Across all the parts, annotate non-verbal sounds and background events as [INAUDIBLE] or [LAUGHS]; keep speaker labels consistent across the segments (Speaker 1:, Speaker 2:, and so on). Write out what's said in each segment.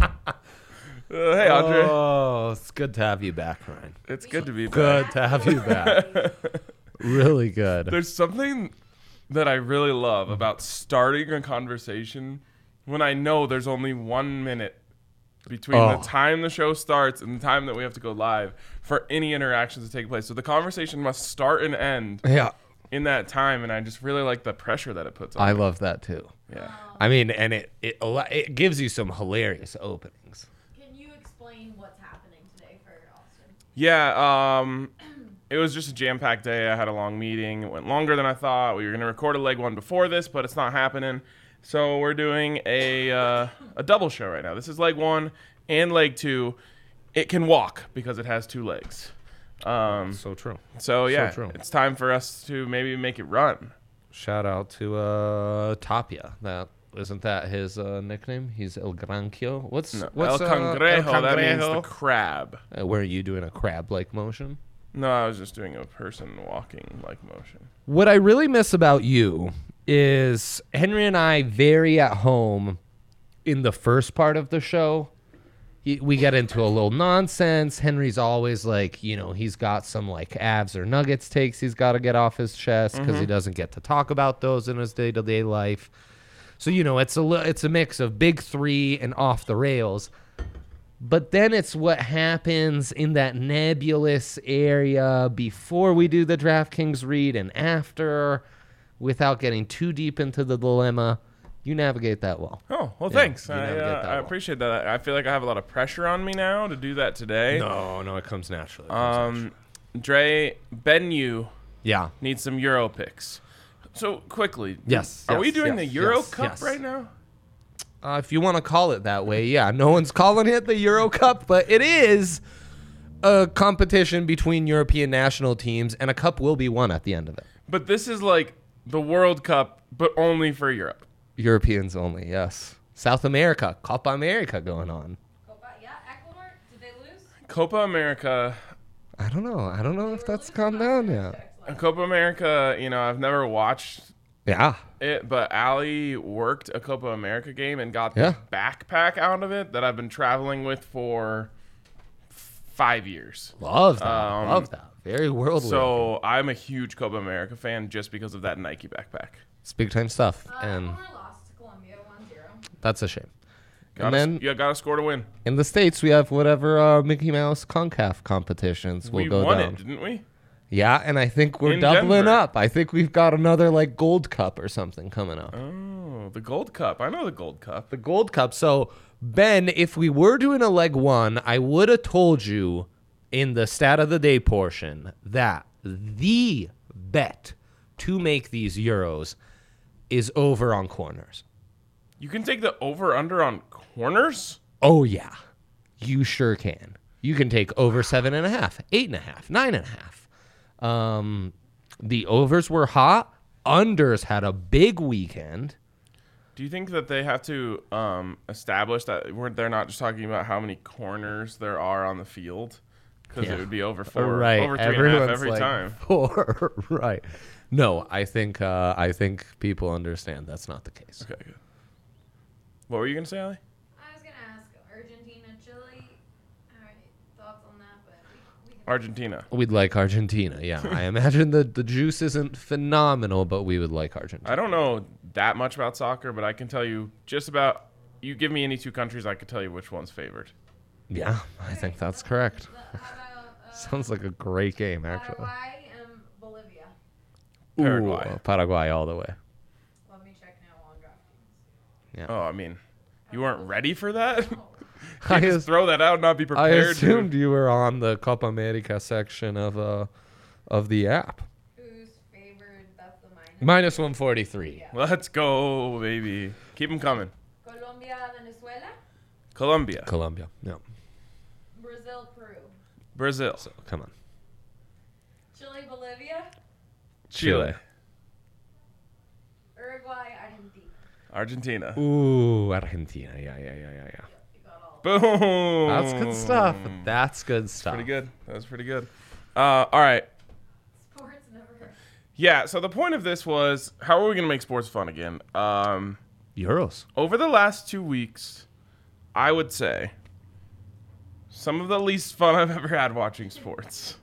Speaker 1: Uh, hey, Andre.
Speaker 2: Oh, it's good to have you back, Ryan.
Speaker 1: it's good to be back.
Speaker 2: Good to have
Speaker 1: [LAUGHS]
Speaker 2: you back. really good.
Speaker 1: There's something that I really love about starting a conversation when I know there's only one minute between
Speaker 2: Oh.
Speaker 1: the time the show starts and the time that we have to go live for any interactions to take place. So the conversation must start and end
Speaker 2: Yeah.
Speaker 1: in that time, and I just really like the pressure that it puts on.
Speaker 2: I love that too.
Speaker 1: yeah.
Speaker 2: I mean, and it it al- it gives you some hilarious openings.
Speaker 3: Can you explain what's happening today for Austin?
Speaker 1: Yeah, um, it was just a jam-packed day. I had a long meeting. It went longer than I thought. We were gonna record a leg one before this, but it's not happening. So we're doing a uh, a double show right now. This is leg one and leg two. It can walk because it has two legs. Um,
Speaker 2: So true.
Speaker 1: so yeah,
Speaker 2: true.
Speaker 1: it's time for us to maybe make it run.
Speaker 2: Shout out to uh Tapia. That isn't that his uh, nickname? He's El Granquio. What's
Speaker 1: No,
Speaker 2: what's
Speaker 1: El
Speaker 2: uh,
Speaker 1: Cangrejo,
Speaker 2: El
Speaker 1: That means the
Speaker 2: Cangrejo?
Speaker 1: crab.
Speaker 2: Uh, were you doing a crab-like motion?
Speaker 1: No, I was just doing a person walking like motion.
Speaker 2: What I really miss about you is Henry and I very at home in the first part of the show. He- We get into a little nonsense. Henry's always like, you know, he's got some like abs or nuggets takes he's got to get off his chest because he doesn't get to talk about those in his day to day life. So you know, it's a li- it's a mix of big three and off the rails. But then it's what happens in that nebulous area before we do the DraftKings read and after, without getting too deep into the dilemma. You navigate that well.
Speaker 1: Oh well, thanks.
Speaker 2: you
Speaker 1: I,
Speaker 2: navigate
Speaker 1: uh,
Speaker 2: that
Speaker 1: I
Speaker 2: well.
Speaker 1: appreciate that. I feel like I have a lot of pressure on me now to do that today.
Speaker 2: No, no, it comes naturally.
Speaker 1: Um, Dre Benyu
Speaker 2: yeah.
Speaker 1: needs some Euro picks. So quickly,
Speaker 2: Yes,
Speaker 1: are
Speaker 2: yes,
Speaker 1: we doing
Speaker 2: yes,
Speaker 1: the Euro
Speaker 2: yes,
Speaker 1: Cup
Speaker 2: yes.
Speaker 1: right now?
Speaker 2: Uh, if you want to call it that way, yeah. No one's calling it the Euro Cup, but it is a competition between European national teams, and a cup will be won at the end of it.
Speaker 1: But this is like the World Cup, but only for Europe.
Speaker 2: Europeans only, yes. South America, Copa America going on.
Speaker 3: Copa, yeah, Ecuador. Did they lose?
Speaker 1: Copa America,
Speaker 2: I don't know. I don't know if
Speaker 3: They were
Speaker 2: that's
Speaker 3: losing
Speaker 2: gone
Speaker 3: last
Speaker 2: down
Speaker 3: time I
Speaker 2: yet.
Speaker 3: checked.
Speaker 1: Copa America. You know, I've never watched
Speaker 2: Yeah.
Speaker 1: it, but Ali worked a Copa America game and got
Speaker 2: Yeah.
Speaker 1: this backpack out of it that I've been traveling with for f- five years.
Speaker 2: Love that.
Speaker 1: Um,
Speaker 2: Love that. Very worldly.
Speaker 1: So I'm a huge Copa America fan just because of that Nike backpack.
Speaker 2: it's big time stuff.
Speaker 3: Uh,
Speaker 2: And
Speaker 3: Ecuador lost to Colombia 1-0.
Speaker 2: that's a shame.
Speaker 1: Gotta,
Speaker 2: and then
Speaker 1: yeah, gotta score to win.
Speaker 2: in the States, we have whatever uh, Mickey Mouse CONCACAF competitions will
Speaker 1: we
Speaker 2: go
Speaker 1: won
Speaker 2: down.
Speaker 1: it, didn't we?
Speaker 2: Yeah, and I think we're
Speaker 1: In
Speaker 2: doubling
Speaker 1: Denver.
Speaker 2: up. I think we've got another like gold cup or something coming up.
Speaker 1: Oh, the Gold Cup. I know the Gold Cup.
Speaker 2: the Gold Cup. So, Ben, if we were doing a leg one, I would have told you in the stat of the day portion that the bet to make these Euros is over on corners.
Speaker 1: You can take the over under on corners.
Speaker 2: Oh, yeah. You sure can. You can take over seven and a half, eight and a half, nine and a half. Um, the overs were hot. Unders had a big weekend.
Speaker 1: Do you think that they have to um, establish that we're, they're not just talking about how many corners there are on the field? Because
Speaker 2: Yeah.
Speaker 1: it would be over four,
Speaker 2: right.
Speaker 1: over three and a half
Speaker 2: Everyone's
Speaker 1: every
Speaker 2: like, [LAUGHS]
Speaker 1: time.
Speaker 2: Four, right? No, I think uh, I think people understand that's not the case.
Speaker 1: Okay, good. What were you gonna say, Ali?
Speaker 3: I was gonna ask Argentina, Chile. All right, thoughts on that? But we, we can
Speaker 1: Argentina.
Speaker 2: We'd like Argentina,
Speaker 1: [LAUGHS]
Speaker 2: yeah. I imagine the the juice isn't phenomenal, but we would like Argentina.
Speaker 1: I don't know that much about soccer, but I can tell you just about. You give me any two countries, I could tell you which one's favored.
Speaker 2: Yeah, I think that's correct.
Speaker 3: the- How about
Speaker 2: [LAUGHS]
Speaker 3: uh,
Speaker 2: Sounds like a great game, actually.
Speaker 3: Paraguay and Bolivia?
Speaker 2: Ooh,
Speaker 1: Paraguay.
Speaker 2: Paraguay all
Speaker 1: [LAUGHS]
Speaker 2: the way.
Speaker 3: Let me check now on DraftKings.
Speaker 1: Oh, I mean, you weren't ready for that. [LAUGHS]
Speaker 2: I,
Speaker 1: You just
Speaker 2: as-
Speaker 1: throw that out, and not be
Speaker 2: I
Speaker 1: prepared. dude.
Speaker 2: assumed you were on the Copa America section of uh of the app.
Speaker 3: Who's favored? That's the minus.
Speaker 2: Minus one forty three.
Speaker 1: Let's go, baby. Keep them coming.
Speaker 3: Colombia, Venezuela,
Speaker 1: Colombia,
Speaker 2: Colombia. No.
Speaker 3: Brazil, Peru,
Speaker 1: Brazil,
Speaker 2: So come on.
Speaker 3: Chile, Bolivia,
Speaker 1: Chile,
Speaker 3: Uruguay, Argentina.
Speaker 1: Argentina.
Speaker 2: Ooh, Argentina. Yeah, yeah, yeah, yeah, yeah.
Speaker 3: Yep, you got all.
Speaker 1: Boom.
Speaker 2: That's good stuff. That's good stuff.
Speaker 1: Mm. Pretty good. That was pretty good. Uh, all right.
Speaker 3: Sports never hurt.
Speaker 1: Yeah. So the point of this was, how are we gonna make sports fun again? Um,
Speaker 2: Euros.
Speaker 1: over the last two weeks, I would say some of the least fun [LAUGHS] I've ever had watching sports.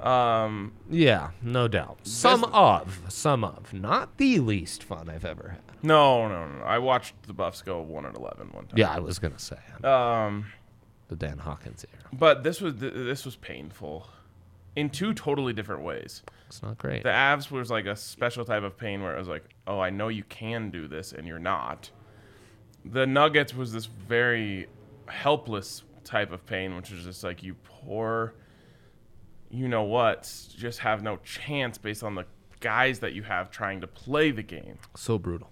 Speaker 1: Um,
Speaker 2: Yeah, no doubt. Some of, some of, not the least fun I've ever had.
Speaker 1: no, no, no. I watched the Buffs go one at eleven one time.
Speaker 2: Yeah, I was gonna say
Speaker 1: Um,
Speaker 2: the Dan Hawkins era.
Speaker 1: but this was th- this was painful in two totally different ways.
Speaker 2: It's not great.
Speaker 1: The abs was like a special type of pain where it was like, oh, I know you can do this and you're not. The nuggets was this very helpless type of pain, which was just like you poor, you know what, just have no chance based on the guys that you have trying to play the game.
Speaker 2: so brutal.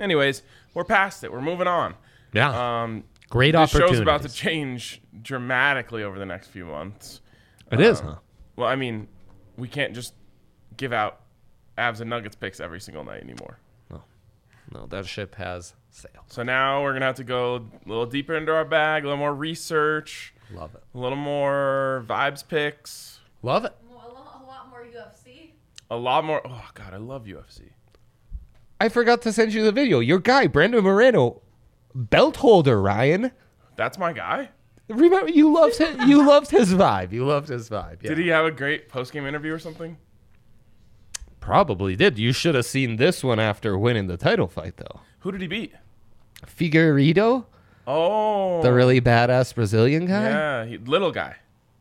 Speaker 1: Anyways, we're past it. We're moving on.
Speaker 2: Yeah,
Speaker 1: Um,
Speaker 2: great
Speaker 1: this
Speaker 2: opportunity.
Speaker 1: show's about to change dramatically over the next few months.
Speaker 2: it is,
Speaker 1: Uh-huh.
Speaker 2: huh?
Speaker 1: Well, I mean, we can't just give out abs and nuggets picks every single night anymore.
Speaker 2: No, that ship has sailed.
Speaker 1: So now we're gonna have to go a little deeper into our bag, a little more research,
Speaker 2: Love it.
Speaker 1: a little more vibes picks,
Speaker 2: Love it.
Speaker 3: Mo- A lot, a lot more UFC.
Speaker 1: a lot more. Oh God, I love UFC.
Speaker 2: I forgot to send you the video. Your guy, Brandon Moreno, belt holder, Ryan.
Speaker 1: That's my guy.
Speaker 2: Remember, you loved his, you loved his vibe. You loved his vibe. Yeah.
Speaker 1: Did he have a great post game interview or something?
Speaker 2: Probably did. You should have seen this one after winning the title fight, though.
Speaker 1: Who did he beat?
Speaker 2: Figueiredo,
Speaker 1: Oh,
Speaker 2: the really badass Brazilian guy.
Speaker 1: yeah, he, little guy.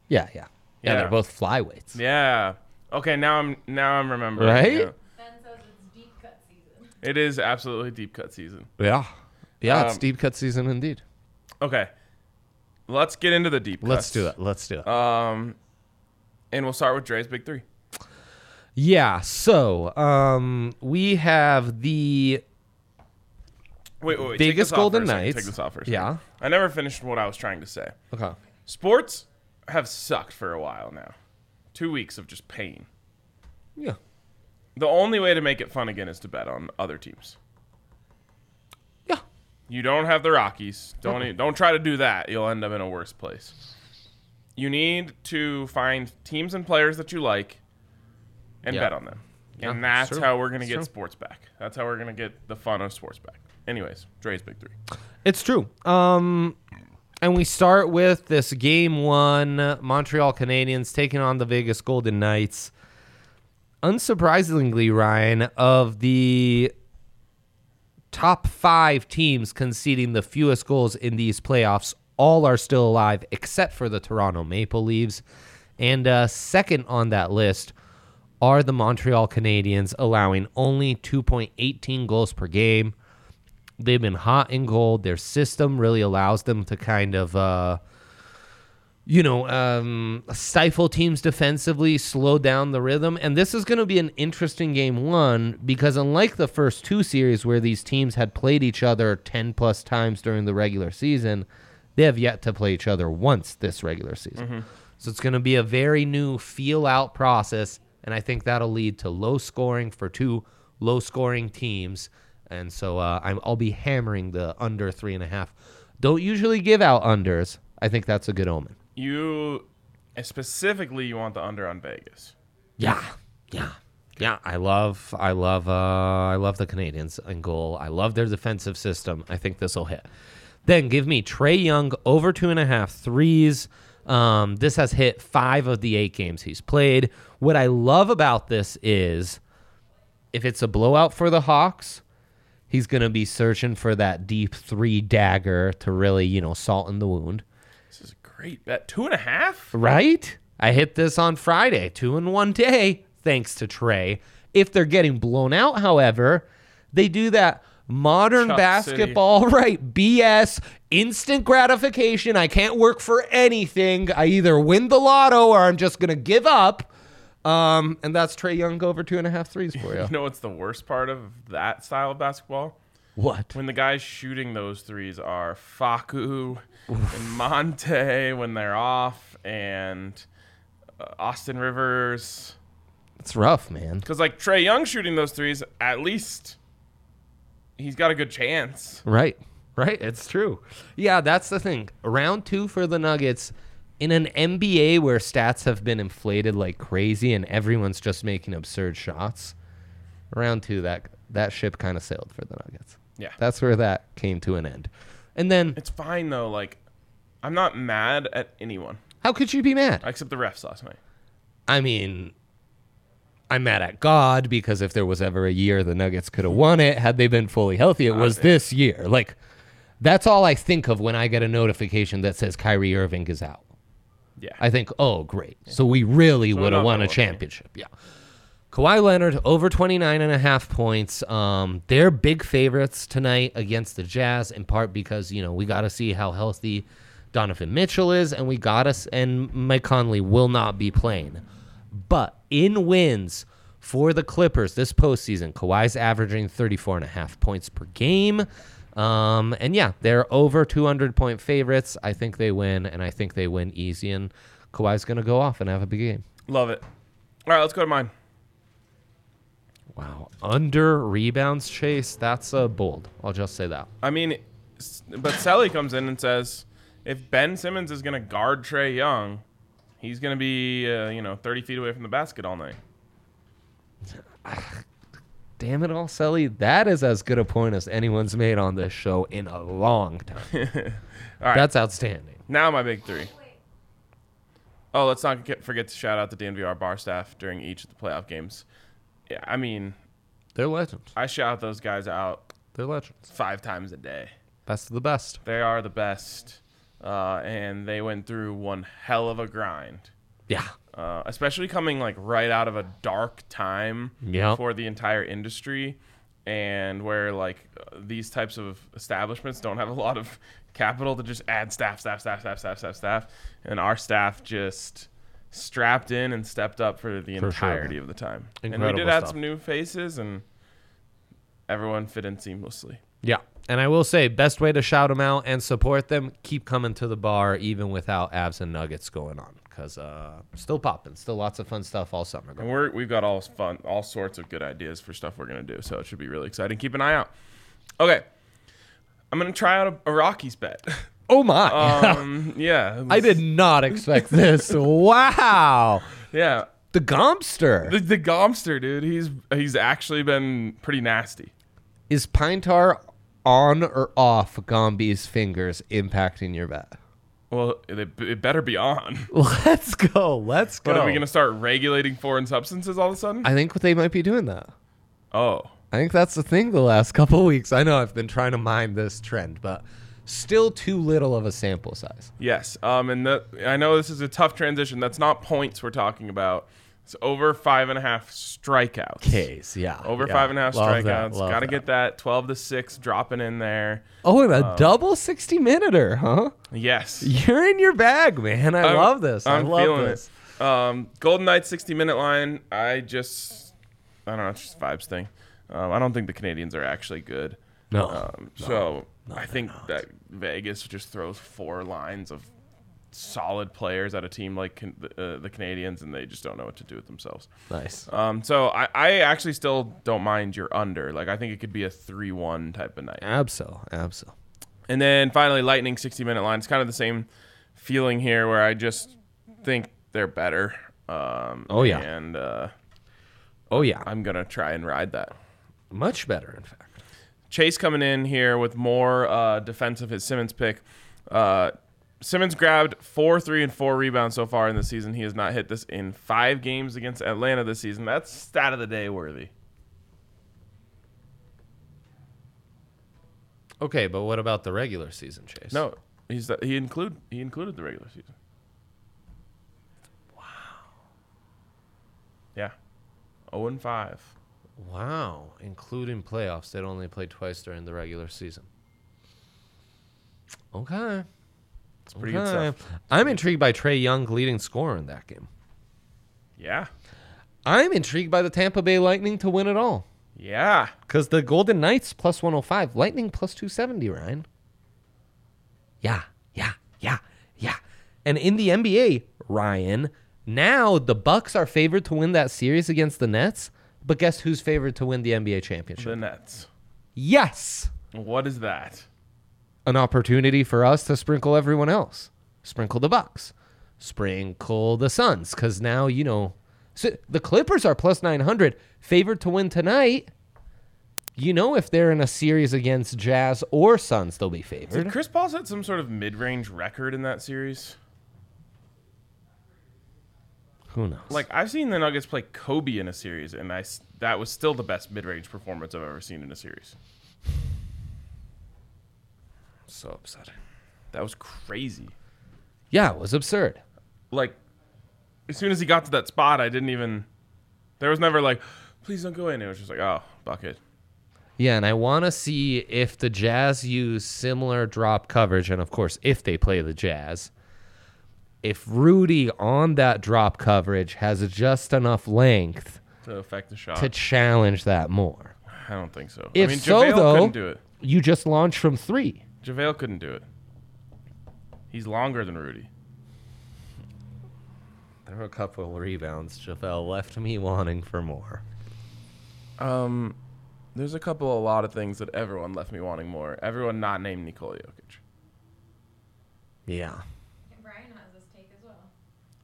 Speaker 2: Yeah, yeah. Yeah,
Speaker 1: Yeah.
Speaker 2: they're both flyweights.
Speaker 1: Yeah. Okay, now I'm now I'm remembering.
Speaker 2: Right?
Speaker 1: Yeah.
Speaker 3: Ben says it's deep cut season.
Speaker 1: It is absolutely deep cut season.
Speaker 2: Yeah. Yeah,
Speaker 1: Um,
Speaker 2: it's deep cut season indeed.
Speaker 1: Okay, let's get into the deep.
Speaker 2: Let's
Speaker 1: cuts.
Speaker 2: do it. Let's do it.
Speaker 1: Um, and we'll start with Dre's big three.
Speaker 2: yeah, so um we have the
Speaker 1: Wait, wait, wait. take
Speaker 2: Vegas
Speaker 1: this off for
Speaker 2: Golden
Speaker 1: a second.
Speaker 2: Knights.
Speaker 1: Take this off for a second.
Speaker 2: Yeah.
Speaker 1: I never finished what I was trying to say.
Speaker 2: Okay.
Speaker 1: Sports have sucked for a while now. Two weeks of just pain.
Speaker 2: Yeah.
Speaker 1: The only way to make it fun again is to bet on other teams.
Speaker 2: Yeah.
Speaker 1: You don't have the Rockies. Don't e- don't try to do that. You'll end up in a worse place. You need to find teams and players that you like and
Speaker 2: Yeah.
Speaker 1: bet on them. And
Speaker 2: Yeah,
Speaker 1: that's
Speaker 2: it's true.
Speaker 1: how we're going to
Speaker 2: It's
Speaker 1: get
Speaker 2: true.
Speaker 1: sports back. That's how we're going to get the fun of sports back. Anyways, Dre's big three.
Speaker 2: It's true. Um and we start with this game 1 Montreal Canadiens taking on the Vegas Golden Knights. Unsurprisingly, Ryan, of the top 5 teams conceding the fewest goals in these playoffs, all are still alive except for the Toronto Maple Leafs. And uh, second on that list are the Montreal Canadiens, allowing only 2.18 goals per game they've been hot and cold. Their system really allows them to kind of, uh, you know, um, stifle teams defensively, slow down the rhythm. And this is going to be an interesting game one because, unlike the first two series where these teams had played each other 10 plus times during the regular season, they have yet to play each other once this regular season. So it's going to be a very new feel out process. And I think that'll lead to low scoring for two low scoring teams. And so uh, I'm, I'll be hammering the under three and a half. Don't usually give out unders. I think that's a good omen.
Speaker 1: You specifically you want the under on Vegas.
Speaker 2: Yeah, yeah, yeah. I love, I love, uh, I love the Canadians in goal. I love their defensive system. I think this will hit. Then give me Trey Young over two and a half threes. Um, this has hit five of the eight games he's played. What I love about this is if it's a blowout for the Hawks, he's going to be searching for that deep three dagger to really, you know, salt in the wound.
Speaker 1: This is a great bet. Two and a half?
Speaker 2: Right? I hit this on Friday, two in one day, thanks to Trey. If they're getting blown out, however, they do that modern
Speaker 1: Chuck
Speaker 2: basketball, [LAUGHS] right? BS, instant gratification. I can't work for anything. I either win the lotto or I'm just going to give up. Um, and that's Trey Young over two and a half threes
Speaker 1: [LAUGHS]
Speaker 2: for you.
Speaker 1: You know what's the worst part of that style of basketball?
Speaker 2: what?
Speaker 1: When the guys shooting those threes are Faku and Monte when they're off and uh, Austin Rivers.
Speaker 2: It's rough, man.
Speaker 1: Because, like, Trey Young shooting those threes, at least he's got a good chance.
Speaker 2: Right. Right. It's true. Yeah, that's the thing. Round two for the Nuggets in an NBA where stats have been inflated like crazy and everyone's just making absurd shots. Round two, that that ship kind of sailed for the Nuggets.
Speaker 1: Yeah.
Speaker 2: That's where that came to an end. And then
Speaker 1: It's fine though. Like, I'm not mad at anyone
Speaker 2: how could you be mad?
Speaker 1: except the refs last night.
Speaker 2: I mean, I'm mad at God because if there was ever a year the Nuggets could have won it had they been fully healthy, it was this year. Like, that's all I think of when I get a notification that says Kyrie Irving is out.
Speaker 1: Yeah.
Speaker 2: I think, oh, great. So we really
Speaker 1: we're
Speaker 2: would have
Speaker 1: not
Speaker 2: won
Speaker 1: gonna
Speaker 2: a
Speaker 1: look, yeah.
Speaker 2: championship. Yeah. Kawhi Leonard over 29 and a half points. Um, they're big favorites tonight against the Jazz, in part because, you know, we got to see how healthy Donovan Mitchell is, and we got us, and Mike Conley will not be playing. But in wins for the Clippers this postseason, Kawhi's averaging 34 and a half points per game. Um, and yeah, they're over 200 point favorites. I think they win, and I think they win easy. And Kawhi's going to go off and have a big game.
Speaker 1: Love it. All right, let's go to mine.
Speaker 2: Wow. Under rebounds chase. That's uh, bold. I'll just say that.
Speaker 1: I mean, s- but Sally comes in and says, if Ben Simmons is going to guard Trey Young, he's going to be, uh, you know, 30 feet away from the basket all night.
Speaker 2: Damn it all, Selly. That is as good a point as anyone's made on this show in a
Speaker 1: [LAUGHS]
Speaker 2: long time.
Speaker 1: right.
Speaker 2: That's outstanding.
Speaker 1: Now my big three.
Speaker 3: Wait,
Speaker 1: Oh, let's not get, forget to shout out the DNVR bar staff during each of the playoff games. Yeah, I mean,
Speaker 2: They're legends.
Speaker 1: I shout those guys out
Speaker 2: They're legends.
Speaker 1: five times a day.
Speaker 2: Best of the best.
Speaker 1: They are the best, uh, and they went through one hell of a grind.
Speaker 2: Yeah.
Speaker 1: uh, especially coming like right out of a dark time
Speaker 2: Yep.
Speaker 1: for the entire industry and where like uh, these types of establishments don't have a lot of capital to just add staff staff staff staff staff staff staff and our staff just strapped in and stepped up for the
Speaker 2: For sure.
Speaker 1: entirety of the time and we
Speaker 2: Incredible
Speaker 1: did add
Speaker 2: stuff.
Speaker 1: some new faces and everyone fit in seamlessly
Speaker 2: Yeah. And I will say, best way to shout them out and support them, keep coming to the bar even without abs and nuggets going on. Because uh, still popping, still lots of fun stuff all summer.
Speaker 1: and we're, we've got all fun all sorts of good ideas for stuff we're gonna do so it should be really exciting keep an eye out okay i'm gonna try out a, a rockies
Speaker 2: [LAUGHS]
Speaker 1: bet
Speaker 2: Oh my.
Speaker 1: Um, yeah.
Speaker 2: [LAUGHS] I did not
Speaker 1: [LAUGHS]
Speaker 2: expect this. wow.
Speaker 1: Yeah.
Speaker 2: The Gomster.
Speaker 1: The, the Gomster, dude, he's he's actually been pretty nasty.
Speaker 2: Is pine tar on or off Gombe's fingers impacting your bet?
Speaker 1: Well, it, it better be on.
Speaker 2: [LAUGHS]
Speaker 1: [LAUGHS]
Speaker 2: Let's go. Let's go.
Speaker 1: But are we going to start regulating foreign substances all of a sudden?
Speaker 2: I think they might be doing that.
Speaker 1: oh.
Speaker 2: I think that's the thing the last couple weeks. I know I've been trying to mine this trend, but still too little of a sample size.
Speaker 1: Yes. Um, and the, I know this is a tough transition. That's not points we're talking about. It's over five and a half strikeouts.
Speaker 2: Case, yeah.
Speaker 1: Over
Speaker 2: yeah.
Speaker 1: five and a half
Speaker 2: Love that,
Speaker 1: strikeouts.
Speaker 2: love
Speaker 1: Got to
Speaker 2: that.
Speaker 1: get Um, that 12 to 6 dropping in there.
Speaker 2: Oh, and a double 60 minuter, huh?
Speaker 1: Yes.
Speaker 2: You're in your bag, man. I
Speaker 1: I'm-
Speaker 2: love this. I
Speaker 1: I'm
Speaker 2: love
Speaker 1: feeling
Speaker 2: this.
Speaker 1: it. Um, Golden Knights 60 minute line. I just, I don't know. It's just vibes thing. Um, I don't think the Canadians are actually good.
Speaker 2: No.
Speaker 1: Um, so I think that Vegas just throws four lines of solid players at a team like can, uh, the Canadians, and they just don't know what to do with themselves.
Speaker 2: nice.
Speaker 1: Um, so I, I actually still don't mind your under. Like I think it could be a three-one type of night.
Speaker 2: Abso. Abso.
Speaker 1: And then finally, Lightning 60 minute line. It's kind of the same feeling here where I just think they're better. Um,
Speaker 2: Oh, yeah.
Speaker 1: And uh,
Speaker 2: Oh, yeah.
Speaker 1: I'm going to try and ride that.
Speaker 2: Much better, in fact.
Speaker 1: Chase coming in here with more uh, defense of his Simmons pick. Uh, Simmons grabbed four, three, and four rebounds so far in the season. He has not hit this in five games against Atlanta this season. That's stat of the day worthy.
Speaker 2: Okay, but what about the regular season, Chase?
Speaker 1: No, he's he include he included the regular season. Wow. Yeah. 0 and 5.
Speaker 2: Wow. Including playoffs, they'd only played twice during the regular season. Okay. It's
Speaker 1: pretty good stuff.
Speaker 2: I'm intrigued by Trey Young leading scorer in that game.
Speaker 1: Yeah.
Speaker 2: I'm intrigued by the Tampa Bay Lightning to win it all.
Speaker 1: Yeah.
Speaker 2: Because the Golden Knights plus 105, Lightning plus 270, Ryan. Yeah, yeah, yeah, yeah. And in the NBA, Ryan, now the Bucks are favored to win that series against the Nets. But guess who's favored to win the NBA championship?
Speaker 1: The Nets.
Speaker 2: yes,
Speaker 1: What is that?
Speaker 2: an opportunity for us to sprinkle everyone else. Sprinkle the Bucks, sprinkle the Suns, because now you know so the Clippers are plus nine hundred, favored to win tonight. You know, if they're in a series against Jazz or Suns, they'll be
Speaker 1: Did
Speaker 2: favored.
Speaker 1: Chris Paul set some sort of mid-range record in that series?
Speaker 2: Who knows?
Speaker 1: Like I've seen the Nuggets play Kobe in a series, and I s- that was still the best mid-range performance I've ever seen in a series.
Speaker 2: so upsetting.
Speaker 1: That was crazy.
Speaker 2: Yeah, it was absurd.
Speaker 1: Like as soon as he got to that spot, I didn't even. There was never like, please don't go in. It was just like, oh, bucket.
Speaker 2: Yeah, and I want to see if the Jazz use similar drop coverage, and of course, if they play the Jazz, if Rudy on that drop coverage has just enough length
Speaker 1: to affect the shot.
Speaker 2: to challenge that more.
Speaker 1: I don't think so.
Speaker 2: If
Speaker 1: I mean,
Speaker 2: so,
Speaker 1: JaVale
Speaker 2: though-
Speaker 1: couldn't do it.
Speaker 2: You just launch from three.
Speaker 1: JaVale couldn't do it. He's longer than Rudy.
Speaker 2: There were a couple rebounds. JaVale left me wanting for more.
Speaker 1: Um, there's a couple, a lot of things that everyone left me wanting more. Everyone not named Nikola Jokic.
Speaker 2: Yeah.
Speaker 3: And Brian has this take as well.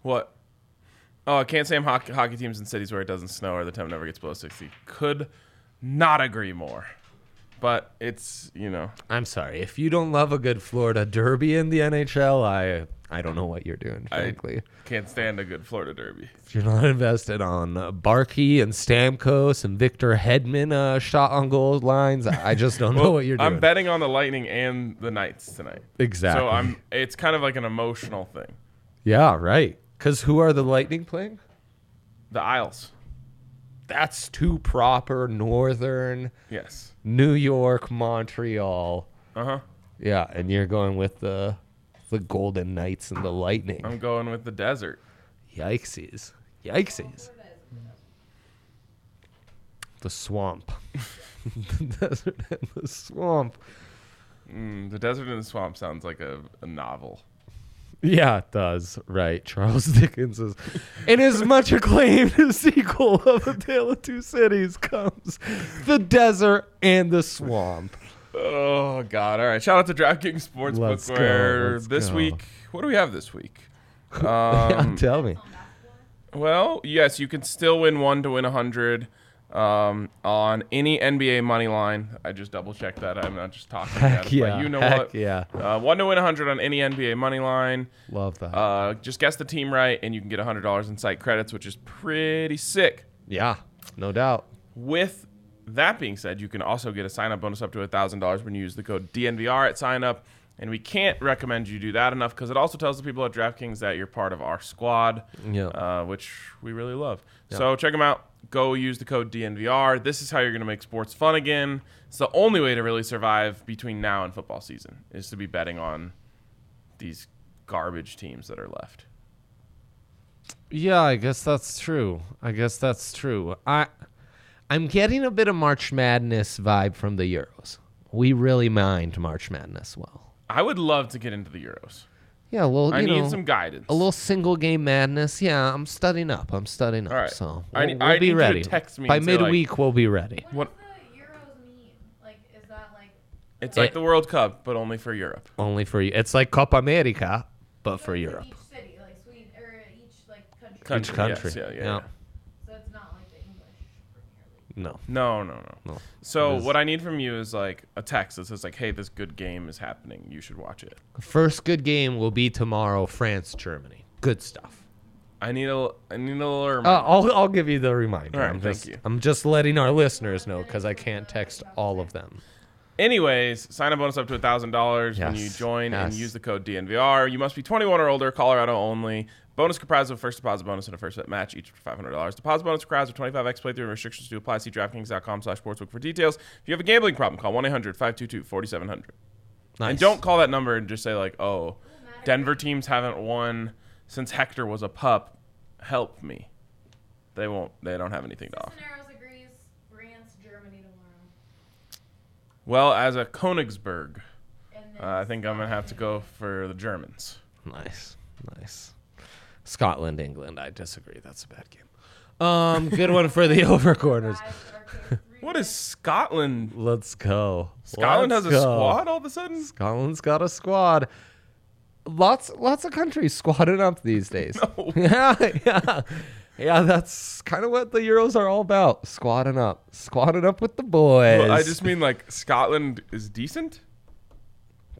Speaker 1: What? Oh, I can't say I'm hockey, hockey teams in cities where it doesn't snow or the temp never gets below 60. Could not agree more. But it's, you know,
Speaker 2: I'm sorry. If you don't love a good Florida Derby in the NHL, I I don't know what you're doing,
Speaker 1: I-
Speaker 2: frankly.
Speaker 1: can't stand a good Florida Derby.
Speaker 2: If you're not invested on uh, Barkey and Stamkos and Victor Hedman uh, shot on goal lines, I I just [LAUGHS] don't know
Speaker 1: Well,
Speaker 2: what you're doing.
Speaker 1: I'm betting on the Lightning and the Knights tonight.
Speaker 2: Exactly.
Speaker 1: So I'm. It's kind of like an emotional thing.
Speaker 2: yeah, right. Because who are the Lightning playing?
Speaker 1: The Isles.
Speaker 2: That's too proper Northern
Speaker 1: Yes.
Speaker 2: New York, Montreal.
Speaker 1: Uh huh.
Speaker 2: Yeah, and you're going with the the Golden Knights and the Lightning.
Speaker 1: I'm going with the desert.
Speaker 2: Yikesies. Yikesies.
Speaker 3: Florida is
Speaker 2: The swamp. the [LAUGHS] desert and the swamp.
Speaker 1: Mm, the desert and the swamp sounds like a, a novel.
Speaker 2: Yeah, it does. Right. Charles [LAUGHS] Dickens is in his much acclaimed sequel of A Tale of Two Cities comes The Desert and the Swamp.
Speaker 1: Oh God! All right. Shout out to DraftKings Sportsbook
Speaker 2: Let's go,
Speaker 1: where
Speaker 2: let's
Speaker 1: this
Speaker 2: go.
Speaker 1: week. What do we have this
Speaker 2: [LAUGHS]
Speaker 1: week?
Speaker 2: yeah,
Speaker 1: Um,
Speaker 2: [LAUGHS] tell me.
Speaker 3: on basketball.
Speaker 1: well, yes, you can still win one to win a hundred um, on any NBA money line. I just double checked that. I'm not just talking. about
Speaker 2: Heck
Speaker 1: it,
Speaker 2: yeah.
Speaker 1: But you know
Speaker 2: heck
Speaker 1: what?
Speaker 2: yeah.
Speaker 1: Uh, one to win a hundred on any NBA money line.
Speaker 2: Love that.
Speaker 1: Uh, just guess the team right, and you can get a hundred dollars in site credits, which is pretty sick.
Speaker 2: yeah, no doubt.
Speaker 1: With that being said, you can also get a sign up bonus up to $1,000 when you use the code DNVR at sign up. And we can't recommend you do that enough because it also tells the people at DraftKings that you're part of our squad,
Speaker 2: Yeah.
Speaker 1: uh, which we really love. So check them out. Go use the code DNVR. This is how you're going to make sports fun again. It's the only way to really survive between now and football season is to be betting on these garbage teams that are left.
Speaker 2: Yeah, I guess that's true. I guess that's true. I I'm getting a bit of March Madness vibe from the Euros. We really mined March Madness well.
Speaker 1: I would love to get into the Euros.
Speaker 2: Yeah, well,
Speaker 1: I
Speaker 2: you
Speaker 1: need
Speaker 2: know,
Speaker 1: some guidance.
Speaker 2: a little single game madness. Yeah, I'm studying up. I'm studying up.
Speaker 1: All right.
Speaker 2: So
Speaker 1: I
Speaker 2: we'll,
Speaker 1: need-
Speaker 2: we'll
Speaker 1: I need
Speaker 2: be
Speaker 1: you to
Speaker 2: ready.
Speaker 1: text me
Speaker 2: By
Speaker 1: and say, like-
Speaker 2: midweek, we'll be ready.
Speaker 3: What,
Speaker 1: What-
Speaker 3: does the Euros mean? Like, is that like
Speaker 1: It's
Speaker 2: Eh.
Speaker 1: like the World Cup, but only for Europe.
Speaker 2: Only for you. It's like Copa America,
Speaker 1: Uh,
Speaker 2: but for
Speaker 3: like
Speaker 2: Europe.
Speaker 3: Each city, like Sweden or each like country.
Speaker 1: Country.
Speaker 2: Each country.
Speaker 1: yes, yeah, yeah, yeah.
Speaker 3: So it's not like the English Premier League.
Speaker 2: No.
Speaker 1: No, no, no.
Speaker 2: No.
Speaker 1: So
Speaker 2: It is-
Speaker 1: what I need from you is like a text that says like, "Hey, this good game is happening. You should watch it."
Speaker 2: First good game will be tomorrow. France Germany. Good stuff.
Speaker 1: I need a I need a little
Speaker 2: Uh,
Speaker 1: reminder.
Speaker 2: I'll, I'll give you the reminder.
Speaker 1: All right,
Speaker 2: I'm
Speaker 1: thank
Speaker 2: just,
Speaker 1: you.
Speaker 2: I'm just letting our listeners know because I can't text all of them.
Speaker 1: Anyways, sign up bonus up to thousand dollars when you
Speaker 2: Yes,
Speaker 1: join and
Speaker 2: yes.
Speaker 1: use the code DNVR. You must be 21 or older, Colorado only. Bonus comprised of first deposit bonus and a first bet match, each for $500. Deposit bonus comprised of 25x playthrough and restrictions to apply. See DraftKings.com slash sportsbook for details. If you have a gambling problem, call 1-800-522-4700.
Speaker 2: Nice.
Speaker 1: And don't call that number and just say like, "Oh, Denver teams haven't won since Hector was a pup. Help me." They won't. They don't have anything to offer.
Speaker 3: Cisneros agrees. France, Germany tomorrow.
Speaker 1: Well, as a Konigsberg,
Speaker 3: And then
Speaker 1: uh, I think I'm gonna have to go for the Germans.
Speaker 2: Nice, nice. Scotland, England. I disagree. That's a bad game. Um, good one for the [LAUGHS] over corners.
Speaker 1: [LAUGHS] What is Scotland?
Speaker 2: Let's go.
Speaker 1: Scotland
Speaker 2: Let's
Speaker 1: has a
Speaker 2: go.
Speaker 1: squad all of a sudden.
Speaker 2: Scotland's got a squad. [LAUGHS] Lots, lots of countries squadding up these days.
Speaker 1: [LAUGHS] No.
Speaker 2: yeah, yeah. Yeah, that's kind of what the Euros are all about. Squatting up, squatting up with the boys.
Speaker 1: Well, I just mean like Scotland is decent.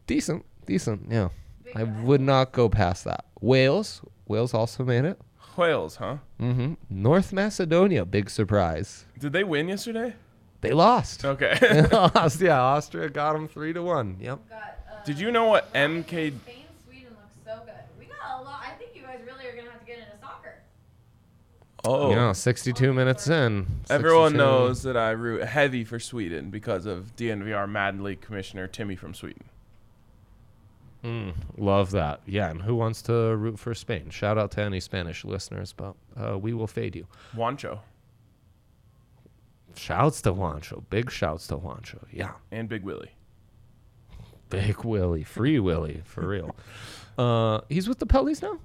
Speaker 2: decent, decent. Yeah,
Speaker 3: Big
Speaker 2: I
Speaker 3: guy.
Speaker 2: would not go past that. Wales, Wales also made it.
Speaker 1: Wales, huh?
Speaker 2: hmm North Macedonia, big surprise.
Speaker 1: Did they win yesterday?
Speaker 2: They lost.
Speaker 1: Okay.
Speaker 2: [LAUGHS] They lost. Yeah, Austria got them three to one. Yep.
Speaker 3: Got, uh,
Speaker 1: Did you know what MK?
Speaker 3: Spain, Sweden looks so good. We got a lot. I think you guys really are gonna have to get into soccer.
Speaker 1: Oh,
Speaker 2: You know, 62 minutes in.
Speaker 1: everyone
Speaker 2: 62
Speaker 1: knows that I root heavy for Sweden because of DNVR Madden League commissioner Timmy from Sweden.
Speaker 2: Mm, love that. Yeah, and who wants to root for Spain? Shout out to any Spanish listeners, but uh, we will fade you.
Speaker 1: Juancho
Speaker 2: Shouts to Juancho. Big shouts to Juancho. Yeah.
Speaker 1: and Big Willie.
Speaker 2: Big Willie. Free Willie, for
Speaker 1: [LAUGHS]
Speaker 2: real. Uh, he's with the Pellies now?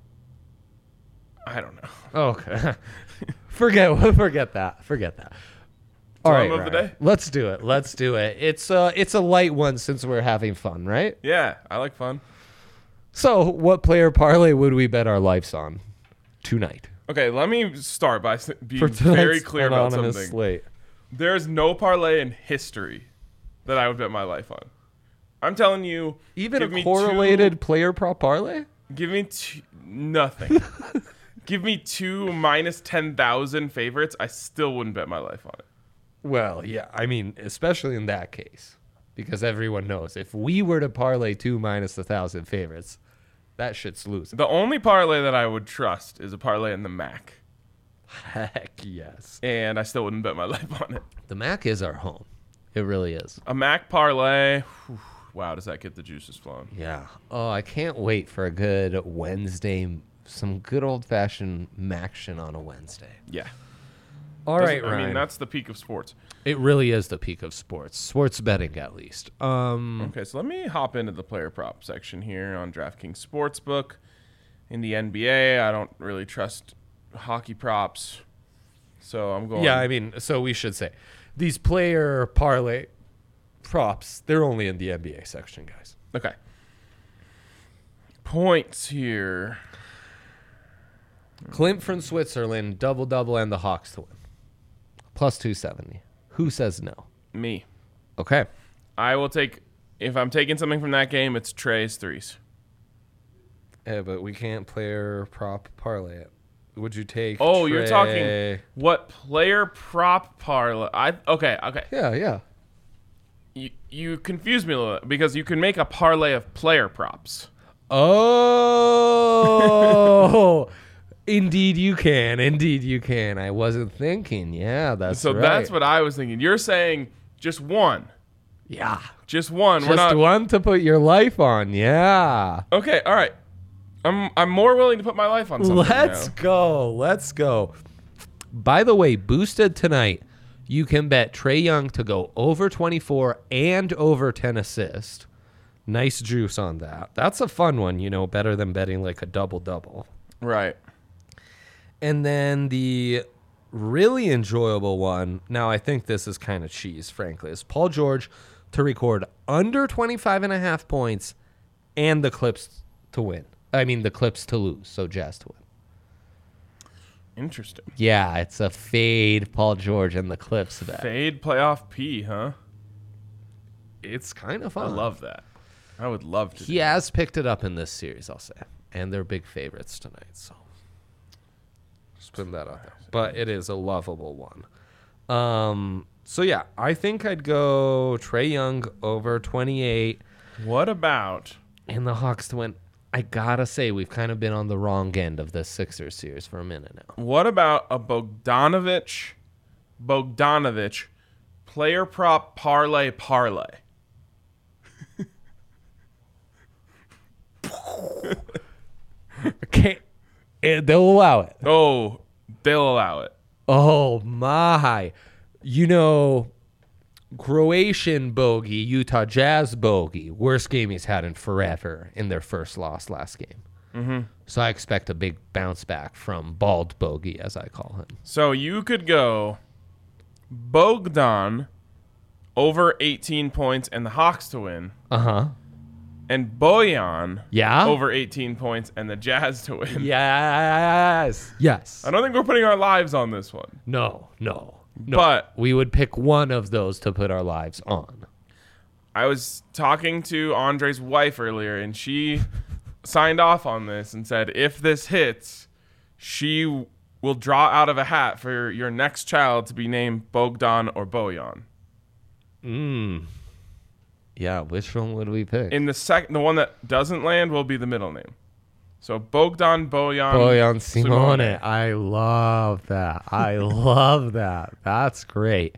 Speaker 1: I don't know.
Speaker 2: Oh, okay. [LAUGHS] forget [LAUGHS] forget that. Forget that. All right,
Speaker 1: Time of the
Speaker 2: Ryan.
Speaker 1: day?
Speaker 2: Let's do it. Let's do it. It's uh it's a light one since we're having fun, right?
Speaker 1: Yeah, I like fun.
Speaker 2: So, what player parlay would we bet our lives on tonight?
Speaker 1: Okay, let me start by s- being
Speaker 2: For
Speaker 1: very
Speaker 2: tonight's
Speaker 1: clear about
Speaker 2: anonymous
Speaker 1: something.
Speaker 2: slate.
Speaker 1: There is no parlay in history that I would bet my life on. I'm telling you,
Speaker 2: Even
Speaker 1: give
Speaker 2: a
Speaker 1: me
Speaker 2: correlated player prop parlay?
Speaker 1: Two, give me two,
Speaker 2: [LAUGHS]
Speaker 1: nothing. give me two minus ten thousand favorites. I still wouldn't bet my life on it.
Speaker 2: Well, yeah. I mean, especially in that case, because everyone knows if we were to parlay two minus the thousand favorites, that shit's losing. [LAUGHS]
Speaker 1: The only parlay that I would trust is a parlay in the MAC,
Speaker 2: Heck yes.
Speaker 1: and I still wouldn't bet my [LAUGHS] life on it.
Speaker 2: The Mac is our home. It really is.
Speaker 1: A MAC parlay. whew, wow, does that get the juices flowing?
Speaker 2: Yeah. Oh, I can't wait for a good Wednesday, some good old fashioned Maction on a Wednesday.
Speaker 1: Yeah.
Speaker 2: All
Speaker 1: Doesn't-
Speaker 2: right,
Speaker 1: I
Speaker 2: Ryan.
Speaker 1: mean, that's the peak of sports.
Speaker 2: it really is the peak of sports, sports betting at least. Um,
Speaker 1: Okay, so let me hop into the player prop section here on DraftKings Sportsbook. In the NBA, I don't really trust hockey props, so I'm going.
Speaker 2: Yeah, I mean, so we should say these player parlay props, they're only in the NBA section, guys.
Speaker 1: okay. Points here.
Speaker 2: Clint from Switzerland, double double, and the Hawks to win. Plus 270. Who says no?
Speaker 1: Me.
Speaker 2: Okay.
Speaker 1: I will take. If I'm taking something from that game, it's Trey's threes.
Speaker 2: Yeah, but we can't player prop parlay it. Would you take.
Speaker 1: Oh, you're talking what player prop parlay? I okay, okay.
Speaker 2: Yeah, yeah.
Speaker 1: You, you confuse me a little bit because you can make a parlay of player props. [LAUGHS]
Speaker 2: Oh! Indeed, you can. Indeed, you can. I wasn't thinking. Yeah, that's
Speaker 1: So
Speaker 2: right.
Speaker 1: that's what I was thinking. You're saying just one.
Speaker 2: Yeah.
Speaker 1: Just one. We're
Speaker 2: Just
Speaker 1: not
Speaker 2: one to put your life on. Yeah.
Speaker 1: okay. All right. I'm I'm more willing to put my life on something.
Speaker 2: Let's
Speaker 1: now.
Speaker 2: go. Let's go. By the way, boosted tonight, you can bet Trey Young to go over 24 and over 10 assist. Nice juice on that. That's a fun one, you know, better than betting like a double double.
Speaker 1: right.
Speaker 2: And then the really enjoyable one, now I think this is kind of cheese, frankly, is Paul George to record under 25 and a half points and the Clips to win. I mean, the Clips to lose, so Jazz to win.
Speaker 1: Interesting.
Speaker 2: Yeah, it's a fade Paul George and the Clips bet.
Speaker 1: Fade playoff P, huh?
Speaker 2: It's kind of
Speaker 1: I
Speaker 2: fun.
Speaker 1: love that. I would love to. do
Speaker 2: He has picked it up in this series, I'll say. And they're big favorites tonight, so just putting that out there. But it is a lovable one. Um so yeah, I think I'd go Trey Young over 28
Speaker 1: that. What about?
Speaker 2: and the Hawks to win. I gotta say, we've kind of been on the wrong end of the Sixers series for a minute now.
Speaker 1: What about a Bogdanovich, Bogdanovich, player prop parlay parlay?
Speaker 2: Okay, they'll allow it.
Speaker 1: Oh, they'll allow it.
Speaker 2: Oh my. You know, Croatian bogey, Utah Jazz bogey, worst game he's had in forever in their first loss last game. Mm-hmm. So I expect a big bounce back from Bald Bogey, as I call him.
Speaker 1: So you could go Bogdan over 18 points and the Hawks to win,
Speaker 2: Uh huh.
Speaker 1: and Boyan
Speaker 2: Yeah?
Speaker 1: Uh-huh. over 18 points and the Jazz to win.
Speaker 2: Yes. Yes.
Speaker 1: I don't think we're putting our lives on this one.
Speaker 2: No, no, no.
Speaker 1: But-
Speaker 2: we would pick one of those to put our lives on.
Speaker 1: I was talking to Andre's wife earlier, and she signed off on this and said, if this hits, she w- will draw out of a hat for your next child to be named Bogdan or Bojan.
Speaker 2: Mm. Yeah, which one would we pick?
Speaker 1: In the second, the one that doesn't land will be the middle name. So Bogdan, Bojan,
Speaker 2: Boyan Um, Simone. I love that.
Speaker 1: [LAUGHS]
Speaker 2: I love that. That's great.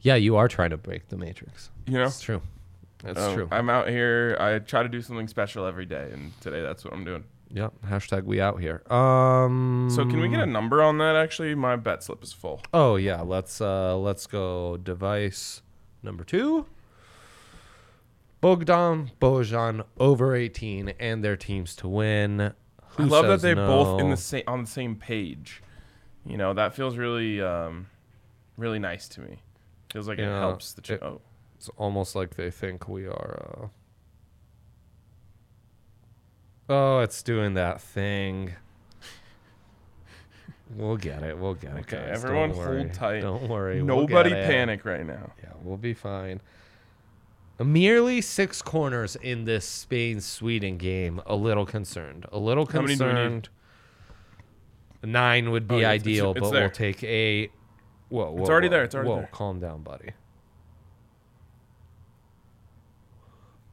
Speaker 2: Yeah, you are trying to break the matrix.
Speaker 1: You know,
Speaker 2: That's true. That's
Speaker 1: Um,
Speaker 2: true.
Speaker 1: I'm out here. I try to do something special every day, and today that's what I'm doing.
Speaker 2: yeah. Hashtag we out here. Um.
Speaker 1: So can we get a number on that? Actually, my bet slip is full.
Speaker 2: Oh yeah. Let's uh. Let's go. Device number two. Bogdan Bojan over 18 and their teams to win. Who
Speaker 1: I love that
Speaker 2: says
Speaker 1: they both in
Speaker 2: no?
Speaker 1: the same on the same page. You know, that feels really, um, really nice to me. Feels like
Speaker 2: Yeah,
Speaker 1: it helps the. Ch-
Speaker 2: it-
Speaker 1: oh,
Speaker 2: It's almost like they think we are. Uh... Oh, it's doing that thing. We'll get it. We'll get it.
Speaker 1: Okay,
Speaker 2: guys.
Speaker 1: everyone
Speaker 2: Don't
Speaker 1: hold
Speaker 2: worry.
Speaker 1: tight.
Speaker 2: Don't worry. we'll get
Speaker 1: nobody
Speaker 2: it.
Speaker 1: panic right now.
Speaker 2: Yeah, we'll be fine. Merely six corners in this Spain Sweden game. A little concerned. A little
Speaker 1: How many do we need?
Speaker 2: concerned. Nine would
Speaker 1: Oh,
Speaker 2: be
Speaker 1: it's- it's-
Speaker 2: ideal,
Speaker 1: it's
Speaker 2: but
Speaker 1: there.
Speaker 2: we'll take eight. Whoa, whoa,
Speaker 1: It's already
Speaker 2: whoa.
Speaker 1: there, it's already
Speaker 2: whoa,
Speaker 1: there.
Speaker 2: calm down, buddy.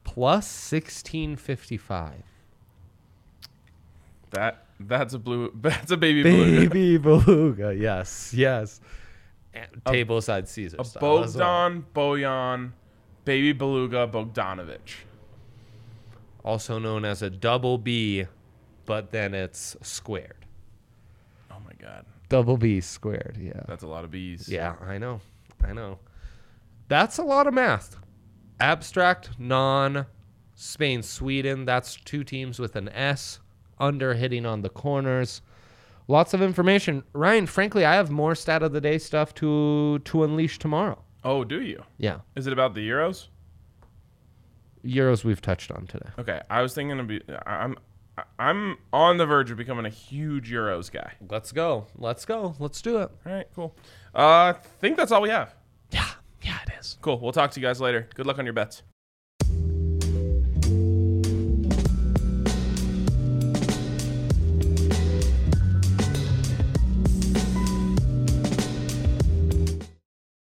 Speaker 2: Plus sixteen fifty-five.
Speaker 1: That that's a blue. [LAUGHS] That's a baby,
Speaker 2: [LAUGHS]
Speaker 1: blue.
Speaker 2: Baby beluga, [LAUGHS] yes, yes. And Tableside Caesar.
Speaker 1: A
Speaker 2: style as well.
Speaker 1: Bogdan, Bojan, baby beluga, Bogdanovich.
Speaker 2: also known as a double B, but then it's squared.
Speaker 1: Oh my god,
Speaker 2: Double B squared, yeah.
Speaker 1: that's a lot of bees.
Speaker 2: Yeah, I know. I know. That's a lot of math. Abstract, non, Spain, Sweden. That's two teams with an S, under hitting on the corners. Lots of information. Ryan, frankly, I have more stat of the day stuff to to unleash tomorrow.
Speaker 1: Oh, do you?
Speaker 2: Yeah.
Speaker 1: Is it about the Euros?
Speaker 2: Euros we've touched on today.
Speaker 1: Okay, I was thinking to be. I'm I'm on the verge of becoming a huge Euros guy.
Speaker 2: Let's go. Let's go. Let's do it.
Speaker 1: All right, cool. Uh, I think that's all we have.
Speaker 2: Yeah. Yeah, it is.
Speaker 1: Cool. We'll talk to you guys later. Good luck on your bets.